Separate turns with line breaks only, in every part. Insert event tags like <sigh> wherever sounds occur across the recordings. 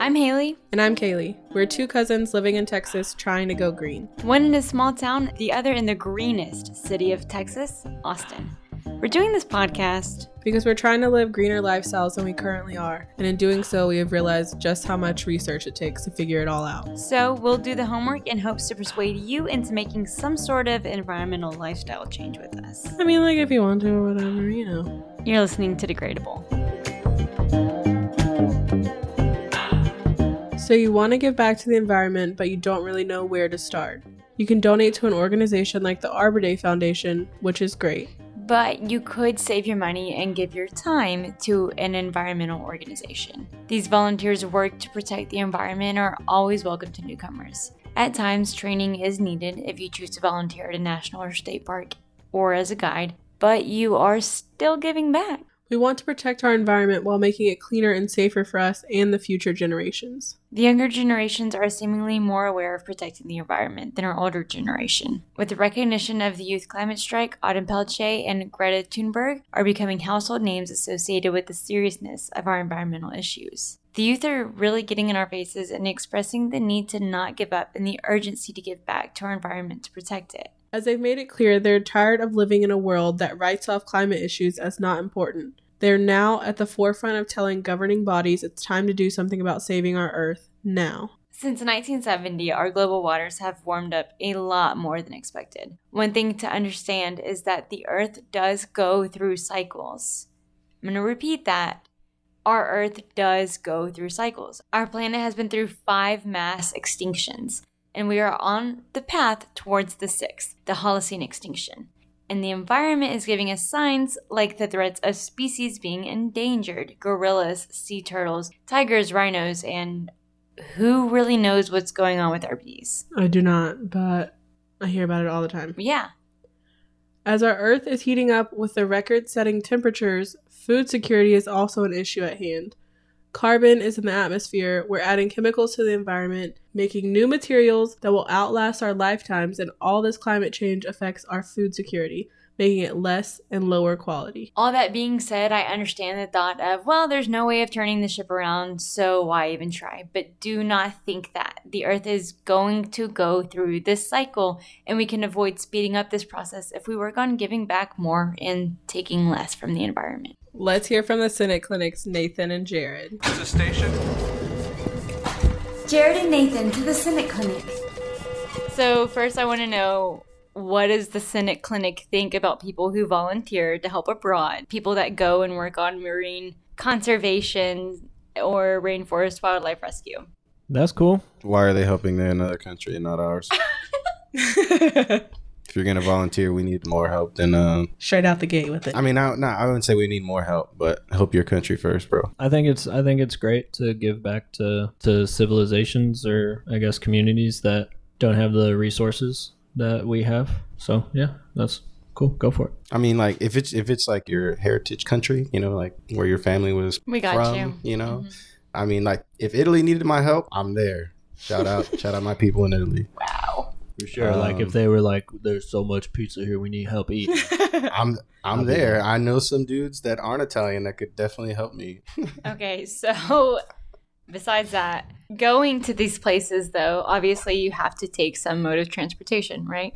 I'm Haley.
And I'm Kaylee. We're two cousins living in Texas trying to go green.
One in a small town, the other in the greenest city of Texas, Austin. We're doing this podcast.
Because we're trying to live greener lifestyles than we currently are. And in doing so, we have realized just how much research it takes to figure it all out.
So, we'll do the homework in hopes to persuade you into making some sort of environmental lifestyle change with us.
I mean, like, if you want to or whatever, you know.
You're listening to Degradable.
So, you want to give back to the environment, but you don't really know where to start. You can donate to an organization like the Arbor Day Foundation, which is great.
But you could save your money and give your time to an environmental organization. These volunteers work to protect the environment are always welcome to newcomers. At times, training is needed if you choose to volunteer at a national or state park or as a guide, but you are still giving back.
We want to protect our environment while making it cleaner and safer for us and the future generations.
The younger generations are seemingly more aware of protecting the environment than our older generation. With the recognition of the youth climate strike, Autumn Pelche and Greta Thunberg are becoming household names associated with the seriousness of our environmental issues. The youth are really getting in our faces and expressing the need to not give up and the urgency to give back to our environment to protect it.
As they've made it clear, they're tired of living in a world that writes off climate issues as not important. They're now at the forefront of telling governing bodies it's time to do something about saving our Earth now.
Since 1970, our global waters have warmed up a lot more than expected. One thing to understand is that the Earth does go through cycles. I'm going to repeat that. Our Earth does go through cycles. Our planet has been through five mass extinctions, and we are on the path towards the sixth, the Holocene extinction. And the environment is giving us signs like the threats of species being endangered gorillas, sea turtles, tigers, rhinos, and who really knows what's going on with our bees?
I do not, but I hear about it all the time.
Yeah,
As our Earth is heating up with the record setting temperatures, food security is also an issue at hand. Carbon is in the atmosphere, we're adding chemicals to the environment, making new materials that will outlast our lifetimes, and all this climate change affects our food security, making it less and lower quality.
All that being said, I understand the thought of, well, there's no way of turning the ship around, so why even try? But do not think that. The Earth is going to go through this cycle, and we can avoid speeding up this process if we work on giving back more and taking less from the environment.
Let's hear from the Senate Clinic's Nathan and Jared.
This is station.
Jared and Nathan to the Senate Clinic. So, first, I want to know what does the Senate Clinic think about people who volunteer to help abroad? People that go and work on marine conservation or rainforest wildlife rescue?
That's cool.
Why are they helping there in another country and
<laughs>
not ours? if you're gonna volunteer, we need more help than. Uh,
Straight out the gate with it.
I mean, I, nah, I wouldn't say we need more help, but help your country first, bro.
I think it's I think it's great to give back to to civilizations or I guess communities that don't have the resources that we have. So yeah, that's cool. Go for it.
I mean, like if it's if it's like your heritage country, you know, like where your family was
We got
from,
you.
know.
Mm-hmm.
I mean, like if Italy needed my help, I'm there.
<laughs>
Shout out, shout out my people in Italy.
For sure. Uh, Um, like if they were like, "There's so much pizza here, we need help eating."
I'm I'm there. I know some dudes that aren't Italian that could definitely help me.
Okay, so <laughs> besides that, going to these places though, obviously you have to take some mode of transportation, right?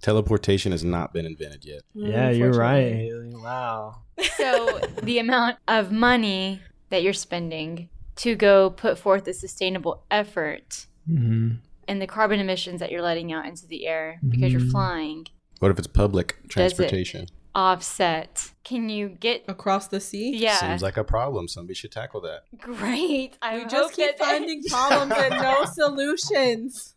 Teleportation has not been invented yet.
Mm,
yeah, you're right, Haley. Wow.
So the amount of money that you're spending to go put forth a sustainable effort
Mm-hmm.
and the carbon emissions that you're letting out into the air because you're
Mhm.
flying
What if it's public
Does it-
transportation?
offset. Can you get
Across the sea?
yeah,
Seems like a problem. Somebody should tackle that.
great. I
We
hope
just keep
that that-
finding problems and no solutions.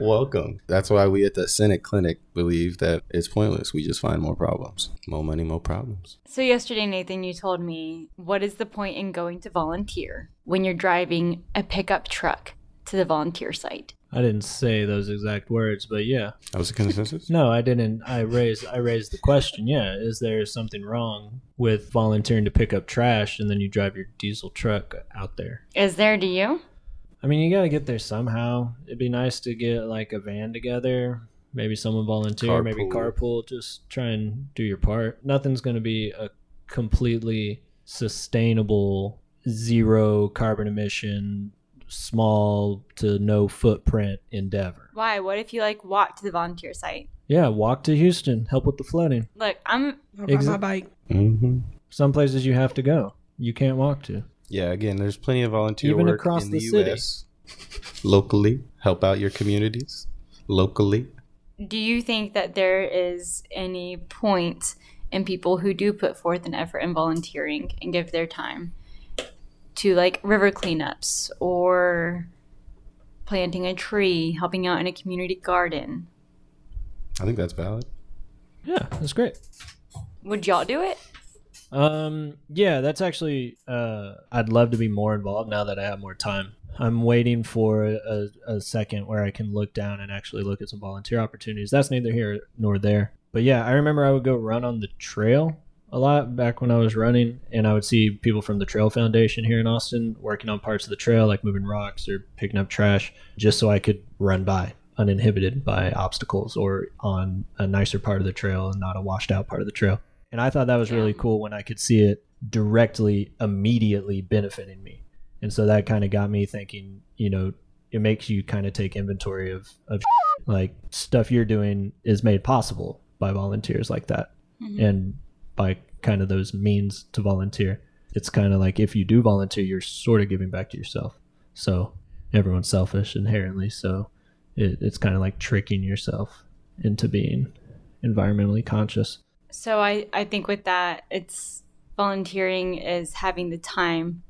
Welcome. That's why we at the Senate Clinic believe that it's pointless. We just find more problems. More money, more problems.
So yesterday, Nathan, you told me what is the point in going to volunteer when you're driving a pickup truck to the volunteer site?
I didn't say those exact words, but yeah.
That was
<laughs>
the consensus?
No, I didn't. I raised I raised the question. Yeah, is there something wrong with volunteering to pick up trash and then you drive your diesel truck out there?
Is there? Do you?
I mean, you gotta get there somehow. It'd be nice to get like a van together. Maybe someone volunteer, maybe
Carpool.
carpool. Just try and do your part. Nothing's gonna be a completely sustainable, zero carbon emission small to no footprint endeavor.
Why? What if you like walk to the volunteer site?
Yeah, walk to Houston, help with the flooding.
Look, I'm
I'll ride my
Exa-
bike.
Mm-hmm.
Some places you have to go. You can't walk to.
Yeah, again, there's plenty of volunteer
Even
work
across
in
the
the,
city.
U.S. locally. Help out your communities locally.
do you think that there is any point in people who do put forth an effort in volunteering and give their time to like river cleanups or planting a tree, helping out in a community garden?
I think that's valid.
Yeah, that's great.
Would y'all do it?
Um, yeah, that's actually. Uh, I'd love to be more involved now that I have more time. I'm waiting for a, a second where I can look down and actually look at some volunteer opportunities. That's neither here nor there. But yeah, I remember I would go run on the trail a lot back when I was running, and I would see people from the Trail Foundation here in Austin working on parts of the trail, like moving rocks or picking up trash, just so I could run by uninhibited by obstacles or on a nicer part of the trail and not a washed out part of the trail. And I thought that was really
Yeah.
cool when I could see it directly, immediately benefiting me. And so that kind of got me thinking, you know, it makes you kind of take inventory of, of like stuff you're doing is made possible by volunteers like that and by kind of those means to volunteer. It's kind of like if you do volunteer, you're sort of giving back to yourself. So everyone's selfish inherently. So it, it's kind of like tricking yourself into being environmentally conscious.
So I, I think with that, it's volunteering is having the time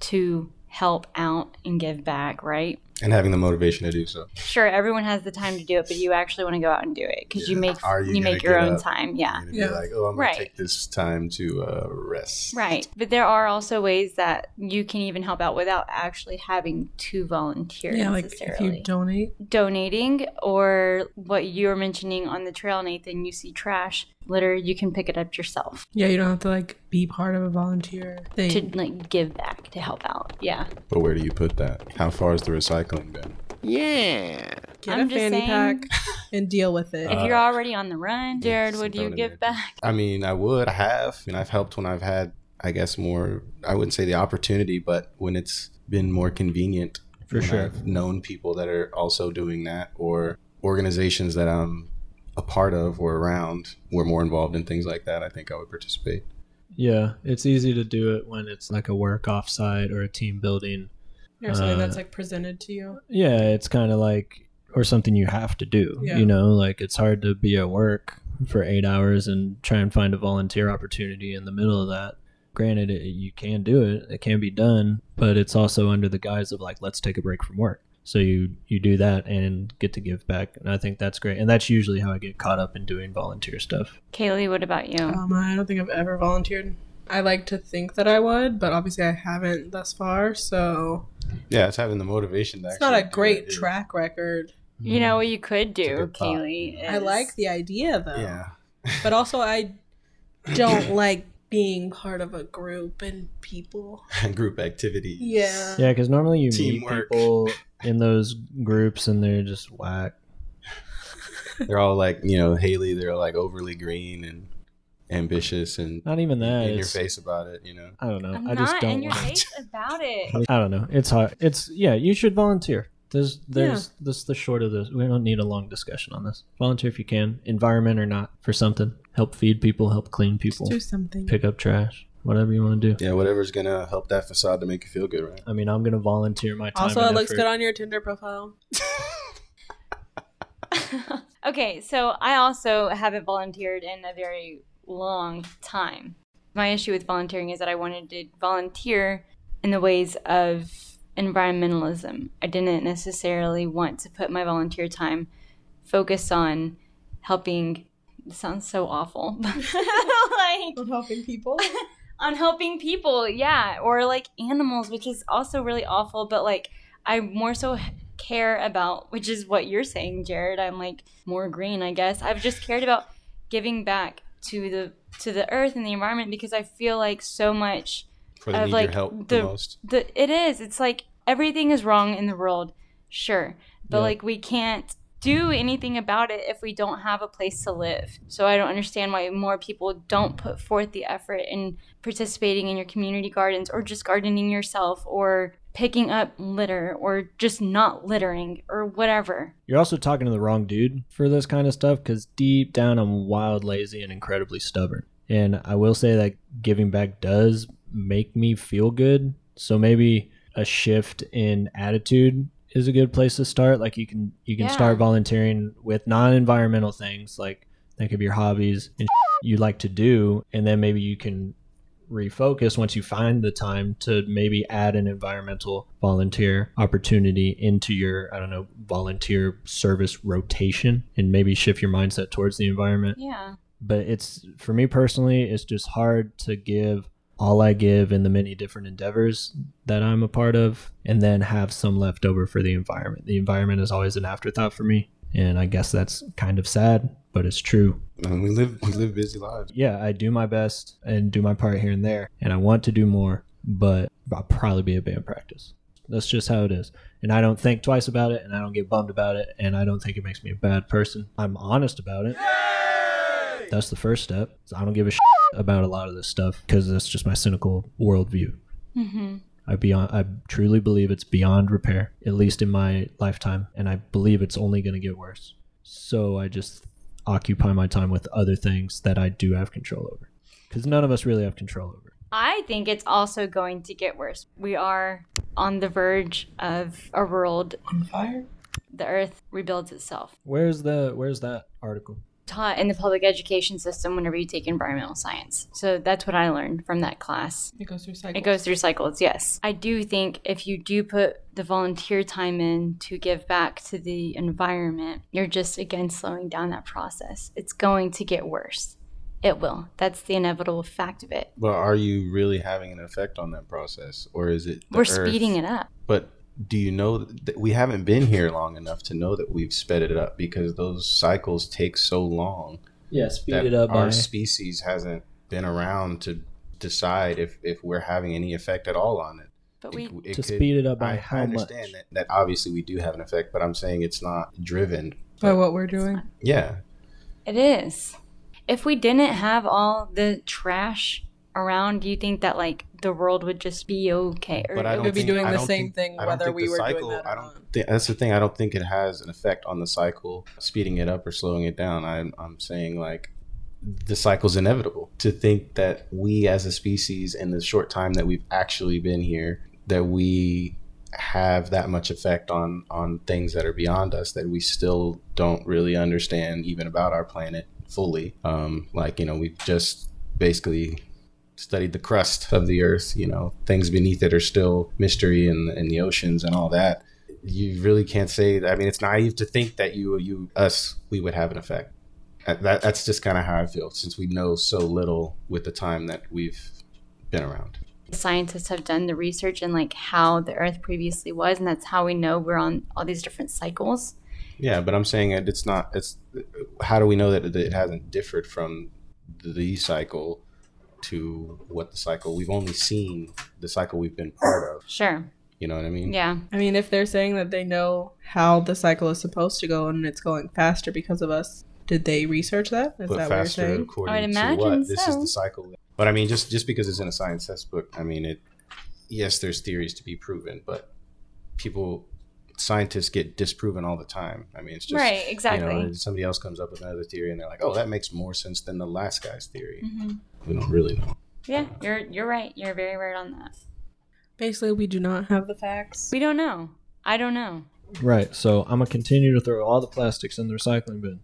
to help out and give back, right?
And having the motivation to do so.
Sure, everyone has the time to do it, but you actually want to go out and do it because you
Yeah.
make
Are
you,
you
make
gonna
your
get
own
up?
time. Yeah.
You're gonna be
Yeah.
like, oh, I'm
Right.
gonna take this time to uh, rest.
Right. But there are also ways that you can even help out without actually having to volunteer
Yeah, like if
necessarily.
you donate.
Donating or what you were mentioning on the trail, Nathan, you see trash, litter, you can pick it up yourself
Yeah, you don't have to like be part of a volunteer thing.
to like give back to help out. Yeah.
But where do you put that? How far is the recycling bin?
Yeah.
Get
I'm
a
just
fanny
saying-
pack and deal with
<laughs>
it.
Uh,
if you're already on the run, Jared,
just
would
throw
you
it in
give
there, too.
back?
I mean, I would. I have. And I've helped when I've had, I guess, more, I wouldn't say the opportunity, but when it's been more convenient.
For
when
sure.
I've known people that are also doing that or organizations that I'm a part of or around were more involved in things like that. I think I would participate.
Yeah, it's easy to do it when it's like a work offsite or a team building.
or something
uh,
that's like presented to you.
Yeah, it's kind of like or something you have to do.
Yeah.
You know, like it's hard to be at work for 8 hours and try and find a volunteer opportunity in the middle of that. Granted, it, you can do it. It can be done, but it's also under the guise of like let's take a break from work. So you you do that and get to give back. And I think that's great. And that's usually how I get caught up in doing volunteer stuff.
Kaylee, what about you?
Um, I don't think I've ever volunteered. I like to think that I would, but obviously I haven't thus far, so
Yeah, it's having the motivation. To
it's not a
actually do
great
it.
track record.
you
Mm.
know what you could
a
do,
good thought.
Kaylee.
I
is-
like the idea though.
Yeah. <laughs>
But also I
<coughs>
don't like being part of a group and people.
Group activity.
Yeah.
Yeah, because normally you meet
Teamwork.
people in those groups and they're just whack.
They're all like, you know, Haley, they're like overly green and ambitious and
Not even that.
in your
it's-
face about it, you know.
I don't know.
I'm
I just
not
don't
in your
want
face about
<laughs>
it.
I don't know. It's hard. It's yeah. You should volunteer. There's there's this is the short of this. We don't need a long discussion on this. Volunteer if you can, environment or not, for something. Help feed people. Help clean people.
Do something.
Pick up trash. Whatever you want to do.
Yeah, whatever's gonna help that facade to make you feel good, right?
I mean, I'm gonna volunteer my time.
Also,
and
it looks
effort.
good on your Tinder profile.
<laughs> okay, so I also haven't volunteered in a very long time. My issue with volunteering is that I wanted to volunteer in the ways of environmentalism. I didn't necessarily want to put my volunteer time focused on helping. It sounds so awful. <laughs> like
helping people.
on helping people yeah or like animals which is also really awful but like i more so h- care about which is what you're saying jared i'm like more green i guess i've just cared about giving back to the to the earth and the environment because i feel like so much
For they
of,
need
like,
your help
the-
the most.
the it is it's like everything is wrong in the world sure but
Yeah.
like we can't do anything about it if we don't have a place to live so i don't understand why more people don't put forth the effort in participating in your community gardens or just gardening yourself or picking up litter or just not littering or whatever.
You're also talking to the wrong dude for this kind of stuff because deep down, I'm wild, lazy, and incredibly stubborn. And I will say that giving back does make me feel good. So maybe a shift in attitude is a good place to start. Like you can you can
Yeah.
start volunteering with non-environmental things. Like think of your hobbies and you like to do, and then maybe you can refocus once you find the time to maybe add an environmental volunteer opportunity into your I don't know volunteer service rotation and maybe shift your mindset towards the environment
Yeah.
but it's for me personally it's just hard to give all I give in the many different endeavors that I'm a part of and then have some left over for the environment. The environment is always an afterthought for me and I guess that's kind of sad, but it's true.
I mean, <laughs> we live we live busy lives.
Yeah, I do my best and do my part here and there and I want to do more, but I'll probably be a band practice. That's just how it is. And I don't think twice about it and I don't get bummed about it and I don't think it makes me a bad person. I'm honest about it. That's the first step. So I don't give a shit about a lot of this stuff because that's just my cynical worldview.
Mm-hmm.
I beyond, I truly believe it's beyond repair, at least in my lifetime, and I believe it's only going to get worse. So I just occupy my time with other things that I do have control over, because none of us really have control over.
I think it's also going to get worse. We are on the verge of a world on fire. The earth rebuilds itself.
Where's the Where's that article?
Taught in the public education system whenever you take environmental science. So that's what I learned from that class.
It goes through cycles.
It goes through cycles, yes. I do think if you do put the volunteer time in to give back to the environment, you're just again slowing down that process. It's going to get worse. It will. That's the inevitable fact of it.
But are you really having an effect on that process, or is it the
We're
earth?
speeding it up.
But do you know that we haven't been here long enough to know that we've sped it up because those cycles take so long
Yeah, speed
that
it up.
our
by-
species hasn't been around to decide if if we're having any effect at all on it.
But we
it
To speed it up by
I,
how
I
much?
understand that, that obviously we do have an effect, but I'm saying it's not driven.
by what we're doing.
Yeah,
It is. If we didn't have all the trash around, do you think that like the world would just be okay? Or
but I
we
don't
would be
think-
doing
I
the
don't
same
think-
thing
I don't
whether
think
we
the
were doing
cycle,
that or
I don't
not.
thi- that's the thing. I don't think it has an effect on the cycle, speeding it up or slowing it down. I'm I'm saying like the cycle's inevitable. To think that we as a species in the short time that we've actually been here, that we have that much effect on on things that are beyond us that we still don't really understand even about our planet fully. Um, like you know, we've just basically studied the crust of the earth you know things beneath it are still mystery and in, the oceans and all that you really can't say i mean it's naive to think that you you us we would have an effect that, that- that's just kind of how i feel since we know so little with the time that we've been around
scientists have done the research and like how the Earth previously was, and that's how we know we're on all these different cycles.
yeah but i'm saying it- it's not it's how do we know that it hasn't differed from the cycle to what the cycle we've only seen the cycle we've been part of
Sure.
you know what i mean
Yeah.
I mean, if they're saying that they know how the cycle is supposed to go and it's going faster because of us, did they research that? Is that
but
what you're
faster
saying?
according
I would
to
imagine
what this is
so.
the cycle but i mean just just because it's in a science textbook i mean it yes there's theories to be proven but people scientists get disproven all the time i mean it's just
right.
you
Exactly.
know, somebody else comes up with another theory and they're like oh that makes more sense than the last guy's theory
Mhm.
we don't really know
Yeah. You're you're right. You're very right on that.
Basically, we do not have the facts.
We don't know. I don't know.
Right. So I'm gonna continue to throw all the plastics in the recycling bin.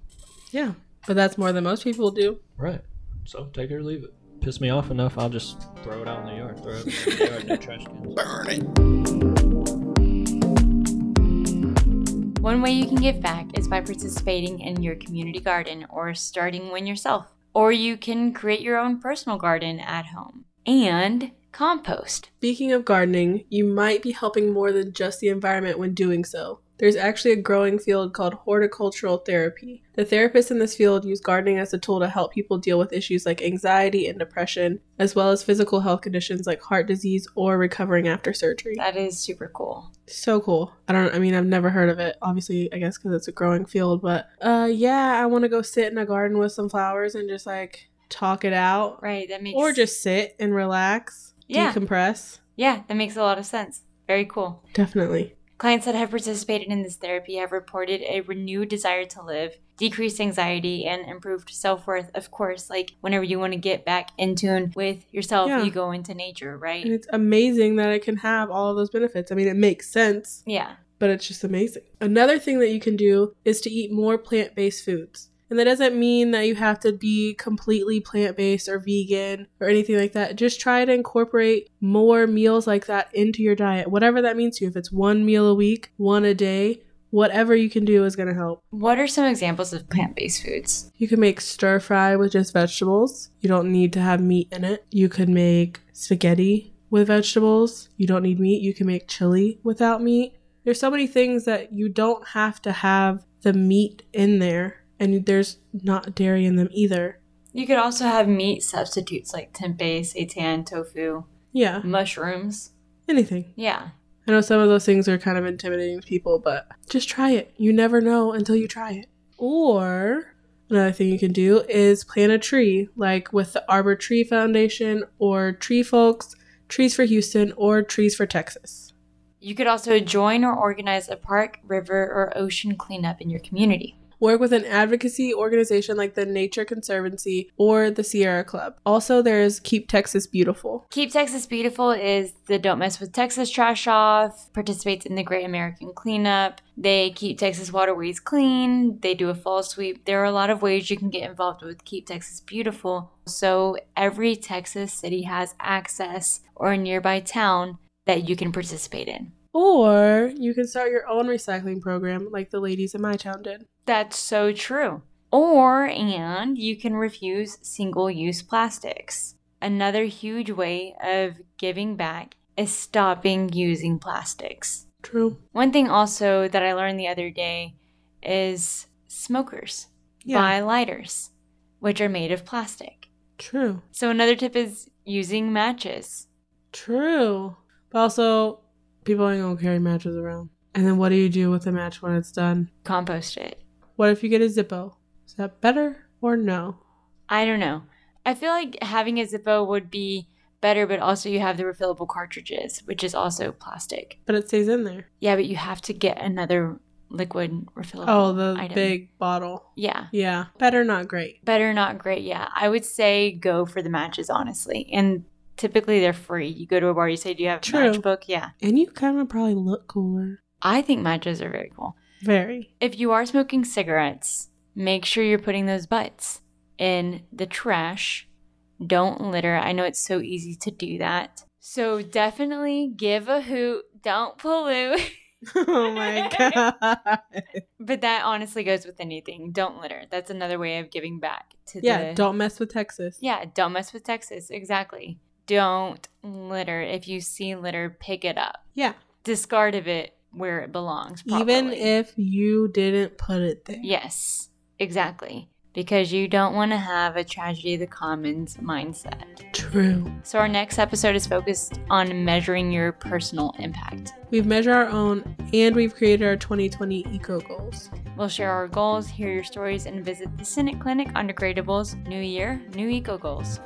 Yeah, but that's more than most people do.
Right. So take it or leave it. Piss me off enough, I'll just throw it out in the yard. Throw it in the yard in the trash cans.
One way you can give back is by participating in your community garden or starting one yourself. Or you can create your own personal garden at home and compost.
Speaking of gardening, you might be helping more than just the environment when doing so. There's actually a growing field called horticultural therapy. The therapists in this field use gardening as a tool to help people deal with issues like anxiety and depression, as well as physical health conditions like heart disease or recovering after surgery.
That is super cool.
So cool. I don't I mean I've never heard of it. Obviously, I guess cuz it's a growing field, but uh yeah, I want to go sit in a garden with some flowers and just like talk it out
Right, that makes
or just sit and relax,
Yeah.
decompress.
Yeah, that makes a lot of sense. Very cool.
Definitely.
Clients that have participated in this therapy have reported a renewed desire to live, decreased anxiety, and improved self worth. Of course, like whenever you want to get back in tune with yourself,
Yeah. Mm-hmm.
you go into nature, right?
And it's amazing that it can have all of those benefits. I mean, it makes sense,
yeah.
but it's just amazing. Another thing that you can do is to eat more plant based foods. And that doesn't mean that you have to be completely plant based or vegan or anything like that. Just try to incorporate more meals like that into your diet, whatever that means to you. If it's one meal a week, one a day, whatever you can do is going to help.
What are some examples of plant based foods?
You can make stir fry with just vegetables. You don't need to have meat in it. You can make spaghetti with vegetables. You don't need meat. You can make chili without meat. There's so many things that you don't have to have the meat in there, and there's not dairy in them either.
You could also have meat substitutes like tempeh, seitan, tofu,
Yeah,
mushrooms.
anything.
Yeah.
I know some of those things are kind of intimidating to people, but just try it. You never know until you try it. Or another thing you can do is plant a tree, like with the Arbor Tree Foundation or Tree Folks, Trees for Houston, or Trees for Texas.
You could also join or organize a park, river, or ocean cleanup in your community.
Work with an advocacy organization like the Nature Conservancy or the Sierra Club. Also, there's Keep Texas Beautiful.
Keep Texas Beautiful is the Don't Mess with Texas Trash Off, participates in the Great American Cleanup. They keep Texas waterways clean, they do a fall sweep. There are a lot of ways you can get involved with Keep Texas Beautiful. So every Texas city has access or a nearby town that you can participate in.
Or you can start your own recycling program like the ladies in my town did.
That's so true. Or, and you can refuse single use plastics. Another huge way of giving back is stopping using plastics.
True.
One thing also that I learned the other day is smokers buy lighters, which are made of plastic.
True.
So, another tip is using matches.
True. But also, people ain't gonna carry matches around. And then what do you do with the match when it's done?
Compost it.
What if you get a Zippo? Is that better or no?
I don't know. I feel like having a Zippo would be better, but also you have the refillable cartridges, which is also plastic.
But it stays in there.
Yeah, but you have to get another liquid refillable.
Oh, the
item.
big bottle.
Yeah.
Yeah. Better not great.
Better not great. Yeah. I would say go for the matches, honestly. And typically they're free. You go to a bar, you say, Do you have a
True.
matchbook? Yeah.
And you kind of probably look cooler.
I think matches are very cool.
Very. <laughs>
If you are smoking cigarettes, make sure you're putting those butts in the trash. Don't litter. I know it's so easy to do that. So definitely give a hoot. Don't pollute. <laughs>
oh my god.
But that honestly goes with anything. Don't litter. That's another way of giving back to
Yeah,
the
don't mess with Texas.
Yeah, don't mess with Texas. Exactly. Don't litter. If you see litter, pick it up.
Yeah.
Discard of it where it belongs.
Even
properly.
if you didn't put it there.
Yes, exactly. Because you don't want to have a tragedy of the commons mindset.
True.
So, our next episode is focused on measuring your personal impact.
We've measured our own and we've created our 2020 eco goals.
We'll share our goals, hear your stories, and visit the Senate Clinic on Degradables New Year, New Eco Goals.